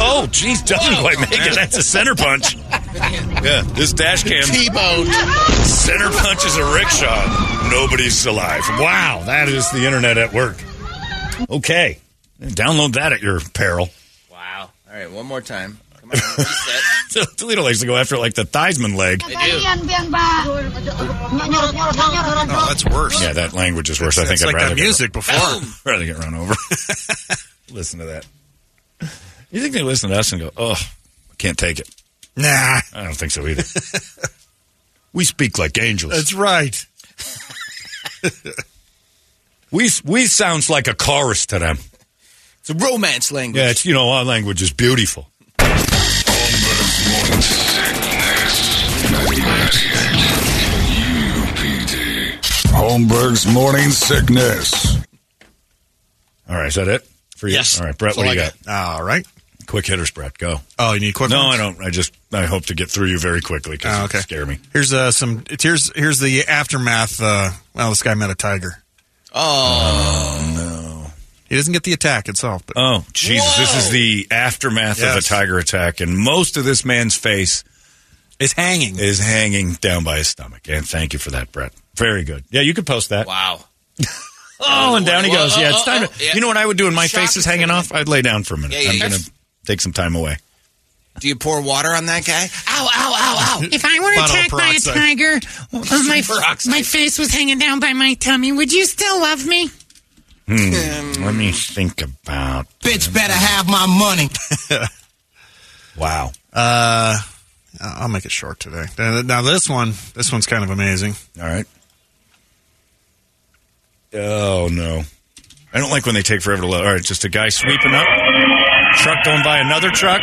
Speaker 4: Oh, geez, doesn't quite make it. That's a center punch. Yeah, this dash cam
Speaker 6: T-bone.
Speaker 4: center punches a rickshaw. Nobody's alive. Wow, that is the internet at work. Okay, download that at your peril.
Speaker 10: Wow. All right, one more time. Come on, reset.
Speaker 4: Toledo likes to go after like the Theismann leg.
Speaker 8: No, that's worse.
Speaker 4: Yeah, that language is worse. I think
Speaker 8: It's
Speaker 4: I'd
Speaker 8: like
Speaker 4: rather
Speaker 8: that
Speaker 4: get-
Speaker 8: music before.
Speaker 4: rather get run over. listen to that. You think they listen to us and go, "Oh, I can't take it."
Speaker 8: Nah,
Speaker 4: I don't think so either. we speak like angels.
Speaker 8: that's right.
Speaker 4: We we sounds like a chorus to them.
Speaker 10: It's a romance language.
Speaker 4: Yeah, it's you know our language is beautiful.
Speaker 3: Sickness. That's it. UPD. Holmberg's morning sickness.
Speaker 4: All right, is that it for you?
Speaker 5: Yes.
Speaker 4: All right, Brett,
Speaker 5: That's
Speaker 4: what do
Speaker 5: all
Speaker 4: you
Speaker 5: I
Speaker 4: got? All right. Quick hitters, Brett. Go.
Speaker 8: Oh, you need quick
Speaker 4: No,
Speaker 8: ones?
Speaker 4: I don't. I just I hope to get through you very quickly because
Speaker 8: Oh,
Speaker 4: it scare me.
Speaker 8: Here's uh, some. it's- Here's here's the aftermath. Uh, well, this guy met a tiger. Oh no! He doesn't get the attack itself, but
Speaker 4: Oh, Jesus. This is the aftermath of a
Speaker 8: Yes.
Speaker 4: tiger attack, and most of this man's face
Speaker 8: is hanging.
Speaker 4: Is hanging down by his stomach. And thank you for that, Brett. Very good. Yeah, you could post that.
Speaker 5: Wow.
Speaker 4: oh, and down he
Speaker 5: Whoa,
Speaker 4: goes. Yeah, it's time
Speaker 5: oh,
Speaker 4: to.
Speaker 5: oh, yeah.
Speaker 4: You know what I would do when my
Speaker 5: Shock
Speaker 4: face is hanging off? I'd lay down for a minute.
Speaker 5: Yeah, yeah,
Speaker 4: I'm
Speaker 5: yeah.
Speaker 4: going to take some time away.
Speaker 5: Do you pour water on that guy?
Speaker 9: Ow, ow, ow, ow. If I were
Speaker 4: Bottle of
Speaker 9: attacked by a
Speaker 4: peroxide.
Speaker 9: tiger, or my,
Speaker 5: Peroxide.
Speaker 9: my face was hanging down by my tummy, would you still love me?
Speaker 4: Hmm,
Speaker 5: Um,
Speaker 4: let me think about.
Speaker 12: Bitch better have my money.
Speaker 4: Wow.
Speaker 8: Uh, I'll make it short today. Now now this one, this one's kind of amazing.
Speaker 4: All right. Oh no, I don't like when they take forever to load. All right, just a guy sweeping up, truck going by another truck.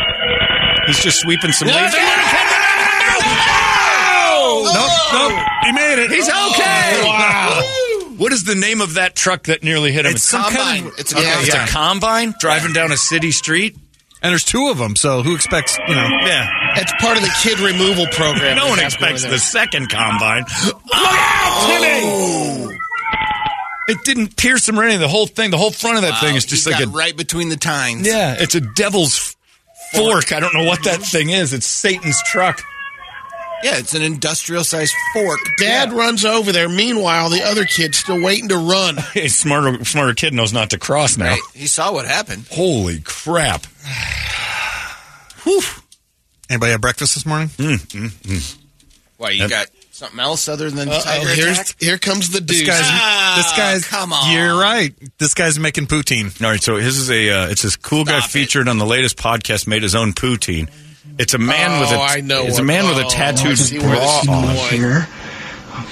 Speaker 4: He's just sweeping some leaves. Nope, nope. He made it. He's okay. Wow. What is the name of that truck that nearly hit him?
Speaker 8: It's some kind of- It's
Speaker 4: it's, a
Speaker 8: a
Speaker 4: combine.
Speaker 8: combine.
Speaker 4: it's
Speaker 8: Yeah.
Speaker 4: a combine driving down a city street.
Speaker 8: And there's two of them, so who expects you know?
Speaker 4: Yeah,
Speaker 6: That's part of the kid removal program.
Speaker 4: no one
Speaker 6: That's
Speaker 4: expects
Speaker 6: happening
Speaker 4: the
Speaker 6: over
Speaker 4: second combine. It didn't pierce him or anything. The whole thing, the whole front of that thing is
Speaker 10: Uh,
Speaker 5: Wow,
Speaker 4: just
Speaker 5: he
Speaker 4: like a
Speaker 5: got right between the tines.
Speaker 4: Yeah, it's a devil's f- fork. I don't know what that thing is. It's Satan's truck.
Speaker 5: Yeah, it's an industrial sized fork.
Speaker 6: Dad runs over there. Meanwhile, the other kid's still waiting to run.
Speaker 4: Hey, smarter, smarter kid knows not to cross now.
Speaker 5: Right? He saw what happened.
Speaker 4: Holy crap!
Speaker 8: Anybody have breakfast this morning?
Speaker 5: Why you got something else other than
Speaker 6: Uh-oh,
Speaker 5: tiger
Speaker 6: here's-
Speaker 5: attack?
Speaker 6: here comes the
Speaker 8: This
Speaker 6: dude.
Speaker 8: guy's. this guy's.
Speaker 5: come on.
Speaker 8: You're right. This guy's making poutine.
Speaker 4: All right, so his is a. Uh, it's this cool guy featured on the latest podcast. Made his own poutine. It's a man
Speaker 6: Oh,
Speaker 4: with a.
Speaker 6: I know
Speaker 4: It's
Speaker 6: what-
Speaker 4: a man with
Speaker 6: oh,
Speaker 4: a
Speaker 6: I
Speaker 4: tattooed
Speaker 6: see where
Speaker 4: bra
Speaker 6: this is
Speaker 4: on.
Speaker 6: going.
Speaker 13: Here.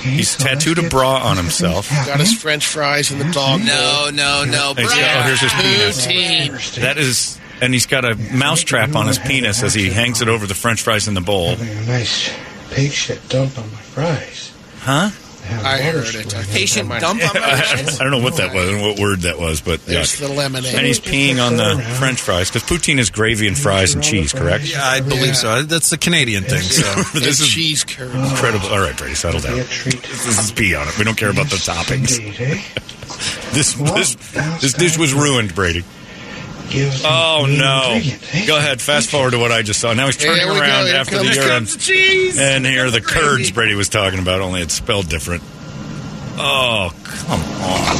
Speaker 13: Okay,
Speaker 4: He's
Speaker 13: so let's
Speaker 4: tattooed a
Speaker 13: get-
Speaker 4: bra on
Speaker 13: let's get
Speaker 4: himself.
Speaker 13: things
Speaker 6: Got his French fries and the
Speaker 4: Mm-hmm.
Speaker 6: dog.
Speaker 5: No, no, no.
Speaker 4: Hey,
Speaker 5: Brian.
Speaker 4: oh, here's his penis.
Speaker 6: Poutine.
Speaker 4: That is, and he's got a mousetrap on his penis as he hangs it over the French fries in the bowl.
Speaker 13: happening. A nice pig shit dump on my fries.
Speaker 4: Huh?
Speaker 13: I have
Speaker 6: I
Speaker 13: water
Speaker 6: heard it.
Speaker 13: stored in
Speaker 5: Patient
Speaker 13: my-
Speaker 5: dump on my
Speaker 4: I don't know what that was and what word that was, but
Speaker 6: There's
Speaker 4: yuck.
Speaker 6: the lemonade.
Speaker 4: And he's peeing on the French fries because poutine is gravy and fries and cheese, correct?
Speaker 8: Yeah, I believe so. That's the Canadian thing. So
Speaker 4: this
Speaker 6: And
Speaker 4: is
Speaker 6: cheese curd.
Speaker 4: incredible. All right, Brady, settle down.
Speaker 13: Be a treat.
Speaker 4: This is pee on it. We don't care about the toppings.
Speaker 13: Indeed, eh?
Speaker 4: This this this dish was ruined, Brady.
Speaker 13: Gives them
Speaker 4: Oh
Speaker 13: the
Speaker 4: no!
Speaker 13: ingredient, eh?
Speaker 4: Go ahead, fast forward to what I just saw. Now he's turning
Speaker 6: Here we go.
Speaker 4: around
Speaker 6: Here
Speaker 4: after the
Speaker 6: comes- here
Speaker 4: urine,
Speaker 6: comes the cheese.
Speaker 4: and here are the
Speaker 6: Gravy.
Speaker 4: curds Brady was talking about. Only it's spelled different. Oh come on!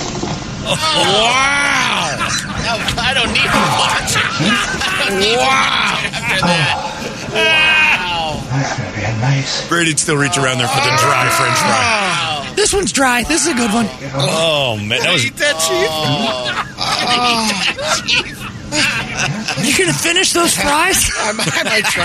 Speaker 5: Oh. I don't need to watch it.
Speaker 13: That's gonna be a nice.
Speaker 4: Brady'd still reach around there for the dry French fry.
Speaker 5: Oh.
Speaker 9: This one's dry. This is a good one.
Speaker 4: Oh man, that was
Speaker 9: You're going to finish those fries?
Speaker 6: I might, I might try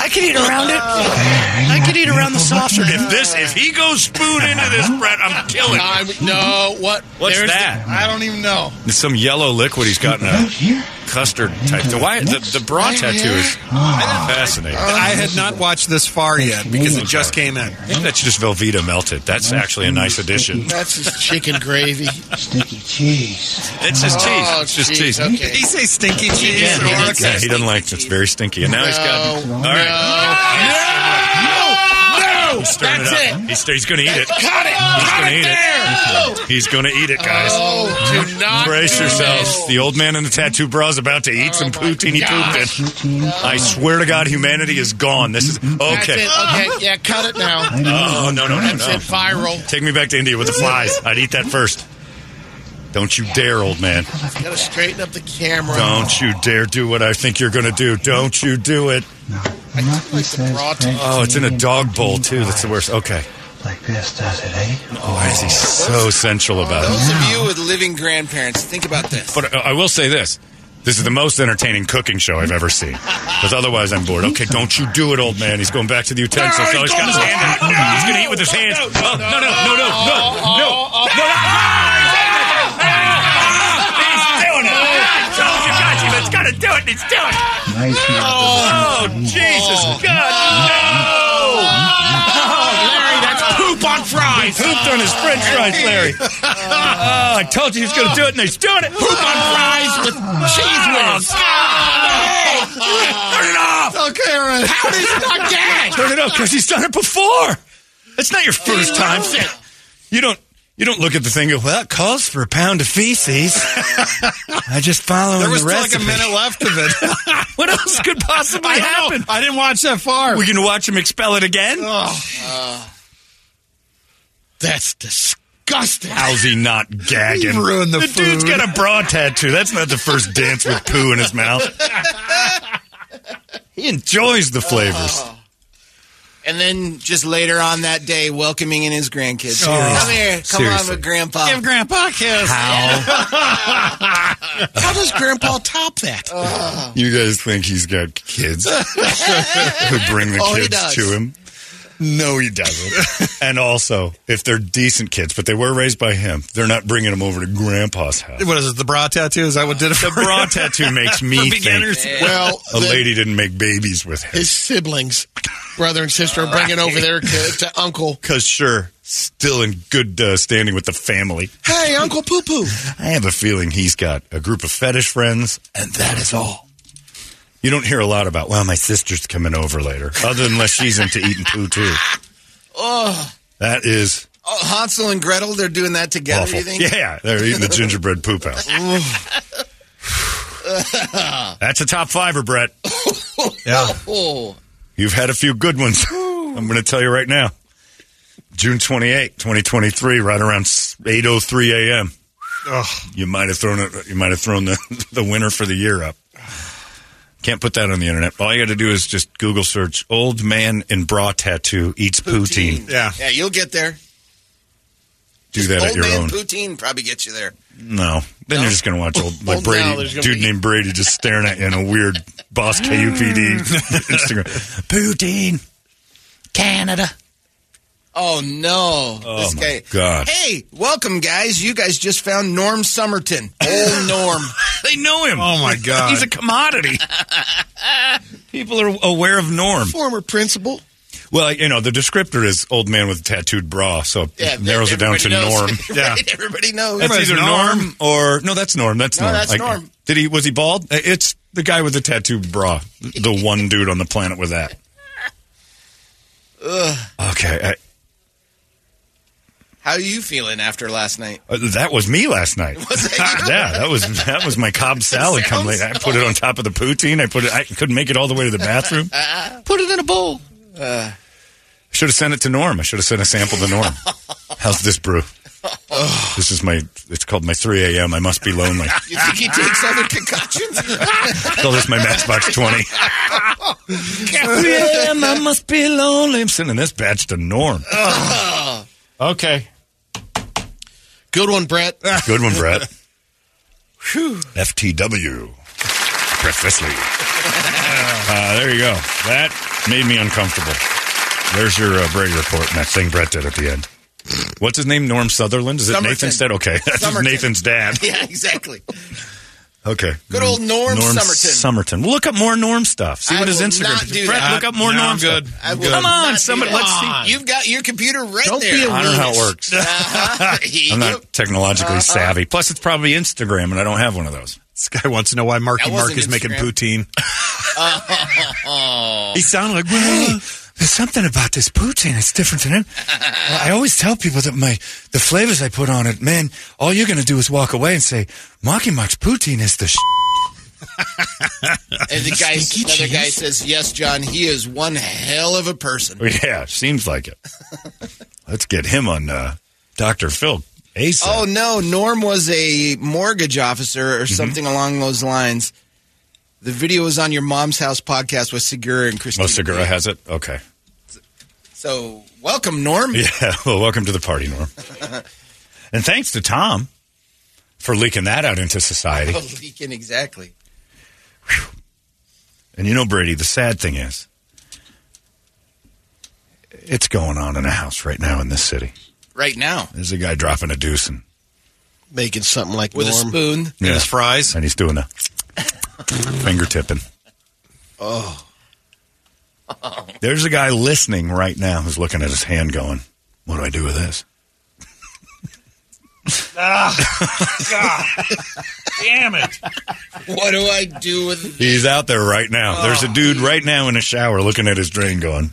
Speaker 9: I could eat around it. I could eat around the saucer.
Speaker 4: If this, if he goes spoon into this, Brett, I'm
Speaker 6: it.
Speaker 4: killing him.
Speaker 6: I'm, no, what?
Speaker 4: What's
Speaker 6: there's
Speaker 4: that?
Speaker 6: The, I don't even know.
Speaker 4: It's some yellow liquid he's got in
Speaker 13: Out
Speaker 4: a
Speaker 13: here. Oh.
Speaker 4: custard tattoo. Why the, the bra tattoo is fascinating.
Speaker 8: I had not watched this far yet because it just came in.
Speaker 4: I think that's just Velveeta melted. That's actually a nice addition.
Speaker 6: That's his chicken gravy.
Speaker 13: Sticky cheese.
Speaker 4: It's just cheese.
Speaker 6: Oh,
Speaker 4: It's just
Speaker 6: jeez,
Speaker 4: cheese.
Speaker 6: okay.
Speaker 8: Did he say stinky cheese?
Speaker 6: Yeah, he did
Speaker 4: Yeah, he doesn't like it. It's very stinky. And now he's got.
Speaker 6: No,
Speaker 4: All right. No! No! He's stirring
Speaker 6: That's
Speaker 4: it up. He's, he's going to eat it.
Speaker 6: Cut it!
Speaker 4: He's
Speaker 6: Cut
Speaker 4: going to
Speaker 6: it
Speaker 4: eat
Speaker 6: there!
Speaker 4: it. He's going to eat it, guys.
Speaker 6: Oh, do not
Speaker 4: Brace
Speaker 6: do
Speaker 4: yourselves.
Speaker 6: This. Oh
Speaker 4: The old man in the tattoo bra is about to eat some poutine he pooped in.
Speaker 13: Poutine.
Speaker 4: I swear to God, humanity is gone. This is
Speaker 6: That's
Speaker 4: okay.
Speaker 6: it. Okay, yeah, cut it now.
Speaker 4: Oh no no no
Speaker 6: That's it.
Speaker 4: no!
Speaker 6: Viral.
Speaker 4: Take me back to India with the flies. I'd eat that first. Don't you dare, old man.
Speaker 6: Gotta straighten up the camera.
Speaker 4: Don't you dare do what I think you're going to do. Don't you do it.
Speaker 13: No, nothing
Speaker 6: like the
Speaker 13: says
Speaker 6: broad-
Speaker 13: French
Speaker 4: Oh, it's in a
Speaker 13: Canadian
Speaker 4: dog bowl
Speaker 13: poutine
Speaker 4: too. That's the
Speaker 13: pie
Speaker 4: worst. Okay.
Speaker 13: Like this, does it, eh?
Speaker 4: Oh, why is he so sensual about it?
Speaker 5: Those of you with living grandparents, think about this.
Speaker 4: But uh, I I will say this. This is the most entertaining cooking show I've ever seen. Because otherwise, I'm bored. Okay, don't you do it, old man. He's going back to the utensils. Oh, he's got his hand out. He's going to eat with his hands. Oh, no, no, no, no, no, no, no, no. Ah, He's doing it. I told you, guys, he was going to do it, and he's doing it.
Speaker 13: Nice.
Speaker 4: Oh, Oh, Jesus, God, no.
Speaker 6: Larry, that's poop on fries.
Speaker 4: he pooped on his french fries, Larry. Ah, I told you he was going to do it, and he's doing it. Poop on fries with cheese whiz. Oh, Turn it off.
Speaker 5: Okay, all right.
Speaker 4: How does it not gag? Turn it off because he's done it before. It's not your first time. You don't. You don't look at the thing and go, well, that calls for a pound of feces. I just follow
Speaker 8: There was
Speaker 4: the
Speaker 8: still like
Speaker 4: recipe.
Speaker 8: a minute left of it.
Speaker 4: what else could possibly
Speaker 8: I don't know.
Speaker 4: happen?
Speaker 8: I didn't watch that far.
Speaker 4: We can watch him expel it again?
Speaker 6: Oh. That's disgusting.
Speaker 4: How's he not gagging?
Speaker 8: You ruined the
Speaker 4: dude's
Speaker 8: food.
Speaker 4: got a bra tattoo. That's not the first dance with poo in his mouth. He enjoys the flavors.
Speaker 5: And then just later on that day, welcoming in his grandkids.
Speaker 4: Oh.
Speaker 5: Come here, come
Speaker 4: Seriously.
Speaker 5: on with Grandpa.
Speaker 9: Give Grandpa a kiss.
Speaker 4: How
Speaker 6: How does Grandpa top that?
Speaker 4: you guys think he's got kids who bring the
Speaker 5: Oh, he
Speaker 4: kids
Speaker 5: does.
Speaker 4: to him? No, he doesn't. and also, if they're decent kids, but they were raised by him, they're not bringing them over to Grandpa's house.
Speaker 8: What is it? The bra tattoo? Is that what did it?
Speaker 4: The bra tattoo makes me
Speaker 8: For beginners.
Speaker 4: think
Speaker 6: Well,
Speaker 4: a
Speaker 6: the-
Speaker 4: lady didn't make babies with him.
Speaker 6: his siblings, brother and sister, are bringing over their kid to Uncle.
Speaker 4: Because sure, still in good uh, standing with the family.
Speaker 6: Hey, Uncle Poo Poo.
Speaker 4: I have a feeling he's got a group of fetish friends, and that is all. You don't hear a lot about, well, my sister's coming over later, other than unless she's into eating poo too.
Speaker 5: Oh,
Speaker 4: That is
Speaker 5: oh, Hansel and Gretel, they're doing that together,
Speaker 4: awful.
Speaker 5: you think?
Speaker 4: Yeah, they're eating the gingerbread poop house. That's a top fiver, Brett.
Speaker 8: Yeah.
Speaker 5: Oh.
Speaker 4: You've had a few good ones. I'm going to tell you right now. June 28, 2023, right around 8:03 a.m. You might have thrown it. You might have thrown the the winner for the year up. Can't put that on the internet. All you got to do is just Google search "old man in bra tattoo eats poutine."
Speaker 8: Yeah.
Speaker 5: Yeah, you'll get there.
Speaker 4: Do that
Speaker 5: Old
Speaker 4: at your
Speaker 5: man
Speaker 4: own.
Speaker 5: poutine probably gets you there.
Speaker 4: No, then you're just going to watch old like
Speaker 6: Well, now
Speaker 4: Brady,
Speaker 6: there's gonna
Speaker 4: dude
Speaker 6: be-
Speaker 4: named Brady, just staring at you in a weird boss KUPD Instagram. Poutine, Canada.
Speaker 5: Oh no!
Speaker 4: Oh,
Speaker 5: this
Speaker 4: my
Speaker 5: guy.
Speaker 4: God.
Speaker 5: Hey, welcome, guys. You guys just found Norm Summerton. Old Norm.
Speaker 4: They know him.
Speaker 8: Oh my god.
Speaker 4: He's a commodity. People are aware of Norm.
Speaker 6: Former principal.
Speaker 4: Well, you know, the descriptor is old man with tattooed bra, so it
Speaker 5: Yeah,
Speaker 4: narrows it down to
Speaker 5: everybody knows.
Speaker 4: Norm.
Speaker 5: Right, everybody knows.
Speaker 4: That's either Norm. or no, that's Norm. That's
Speaker 5: No,
Speaker 4: Norm.
Speaker 5: that's Norm.
Speaker 4: Did he was he bald? Uh, It's the guy with the tattooed bra, the one dude on the planet with that. Okay,
Speaker 5: How you feeling after last night?
Speaker 4: I, uh, that was me last night.
Speaker 5: Was that you?
Speaker 4: yeah, that was that was my Cobb salad. Come
Speaker 5: sounds
Speaker 4: late, I put it on top of the poutine. I put it. I couldn't make it all the way to the bathroom.
Speaker 5: Put it in a bowl.
Speaker 4: Should have sent it to Norm. I should have sent a sample to Norm. How's this brew? This is my. It's called my 3 a.m. I must be lonely.
Speaker 5: You think he takes other concoctions?
Speaker 4: Call this my Matchbox 20. 3 a.m. I must be lonely. I'm sending this batch to Norm. Okay.
Speaker 6: Good one, Brett.
Speaker 4: Good one, Brett. FTW. Brett Fisley. Uh, there you go. That made me uncomfortable. There's your uh, Brady report and that thing Brett did at the end. What's his name? Norm Sutherland? Is it
Speaker 5: Summerton.
Speaker 4: Nathan's dad? Okay. That's
Speaker 5: Summerton.
Speaker 4: Nathan's dad.
Speaker 5: yeah, exactly.
Speaker 4: Okay.
Speaker 5: Good old Norm Summerton.
Speaker 4: Summerton. Look up more Norm stuff. See
Speaker 5: I
Speaker 4: what his
Speaker 5: will
Speaker 4: Instagram
Speaker 5: not
Speaker 4: is.
Speaker 5: do
Speaker 4: Brett,
Speaker 5: that.
Speaker 4: look up more
Speaker 8: No,
Speaker 4: Norm
Speaker 8: I'm good.
Speaker 4: stuff.
Speaker 5: I will
Speaker 4: Come
Speaker 5: not
Speaker 4: on,
Speaker 5: do
Speaker 4: somebody.
Speaker 5: that.
Speaker 4: Let's see.
Speaker 5: You've got your computer right
Speaker 6: Don't
Speaker 5: there.
Speaker 6: be a
Speaker 4: I don't know how it works.
Speaker 5: Uh-huh.
Speaker 4: I'm not technologically savvy. Plus, it's probably Instagram, and I don't have one of those.
Speaker 8: This guy wants to know why Marky
Speaker 5: That
Speaker 8: Mark
Speaker 5: wasn't
Speaker 8: is making
Speaker 5: Instagram.
Speaker 8: poutine. he sounded like, well,
Speaker 7: There's something about this poutine. It's different than it. I always tell people that my the flavors I put on it, man, all you're going to do is walk away and say, Monkey Mark's poutine is the sh-.
Speaker 5: And the guy, another guy says, "Yes, John, he is one hell of a person."
Speaker 4: Yeah, seems like it. Let's get him on uh, Dr. Phil ASAP.
Speaker 5: Oh no, Norm was a mortgage officer or
Speaker 4: Mm-hmm.
Speaker 5: something along those lines. The video is on your mom's house podcast with Segura and Christine.
Speaker 4: oh, Segura has it? Okay.
Speaker 5: So welcome, Norm.
Speaker 4: Yeah, well, welcome to the party, Norm. and thanks to Tom for leaking that out into society.
Speaker 5: Oh, Leakin, exactly.
Speaker 4: And you know, Brady, the sad thing is, it's going on in a house right now in this city.
Speaker 5: Right now
Speaker 4: There's a guy dropping a deuce and,
Speaker 6: Making something like
Speaker 5: with
Speaker 6: Norm.
Speaker 5: a spoon.
Speaker 8: yeah. his fries.
Speaker 4: and he's doing a finger tipping. Oh. There's a guy listening right now who's looking at his hand going, What do I do with this?
Speaker 14: Ah, God. Damn it.
Speaker 5: What do I do with
Speaker 4: He's out there right now. There's
Speaker 8: Oh.
Speaker 4: a dude right now in a shower looking at his drain going,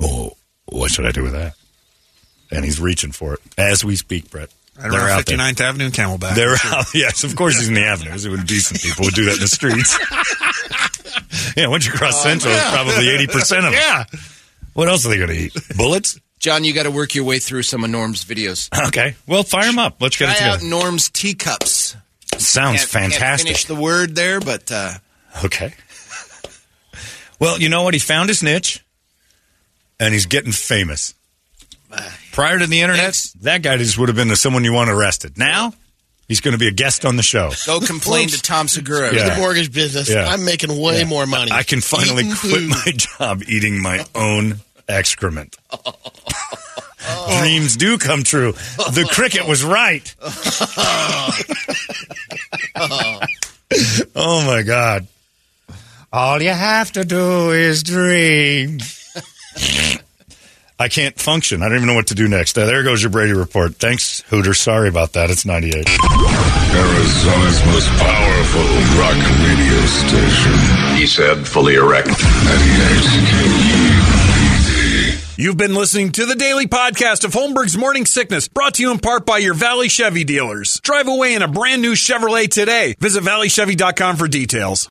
Speaker 4: Oh, what should I do with that? And he's reaching for it as we speak, Brett.
Speaker 8: Right around 59th Avenue and Camelback.
Speaker 4: They're out. Yes, of course he's in the avenues. It would decent people would do that in the streets. yeah, once you cross
Speaker 5: Oh,
Speaker 4: Central, it's
Speaker 5: yeah.
Speaker 4: probably eighty percent of it.
Speaker 5: Yeah.
Speaker 4: What else are they going to eat? Bullets?
Speaker 5: John, you got to work your way through some of Norm's videos.
Speaker 4: Okay. Well, fire them up. Let's get
Speaker 5: Try
Speaker 4: it together.
Speaker 5: out Norm's teacups.
Speaker 4: Sounds
Speaker 5: Can't- can't
Speaker 4: fantastic.
Speaker 5: finish the word there, but uh,
Speaker 4: Okay. Well, you know what? He found his niche, and he's getting famous. Prior to the internet, that guy just would have been the someone you want arrested. Now, he's going to be a guest on the show.
Speaker 5: go complain to Tom Segura.
Speaker 4: Yeah.
Speaker 6: The mortgage business.
Speaker 4: Yeah.
Speaker 6: I'm making way
Speaker 4: Yeah.
Speaker 6: more money.
Speaker 4: I can finally
Speaker 6: Eating
Speaker 4: quit
Speaker 6: food.
Speaker 4: my job eating my own excrement. Dreams do come true. The cricket was right. oh my god. All you have to do is dream. I can't function. I don't even know what to do next. Uh, there goes your Brady report. Thanks, Hooter. Sorry about that. It's 98.
Speaker 3: Arizona's most powerful rock radio station. He said, fully erect.
Speaker 1: You've been listening to the daily podcast of Holmberg's Morning Sickness, brought to you in part by your Valley Chevy dealers. Drive away in a brand new Chevrolet today. Visit valleychevy.com for details.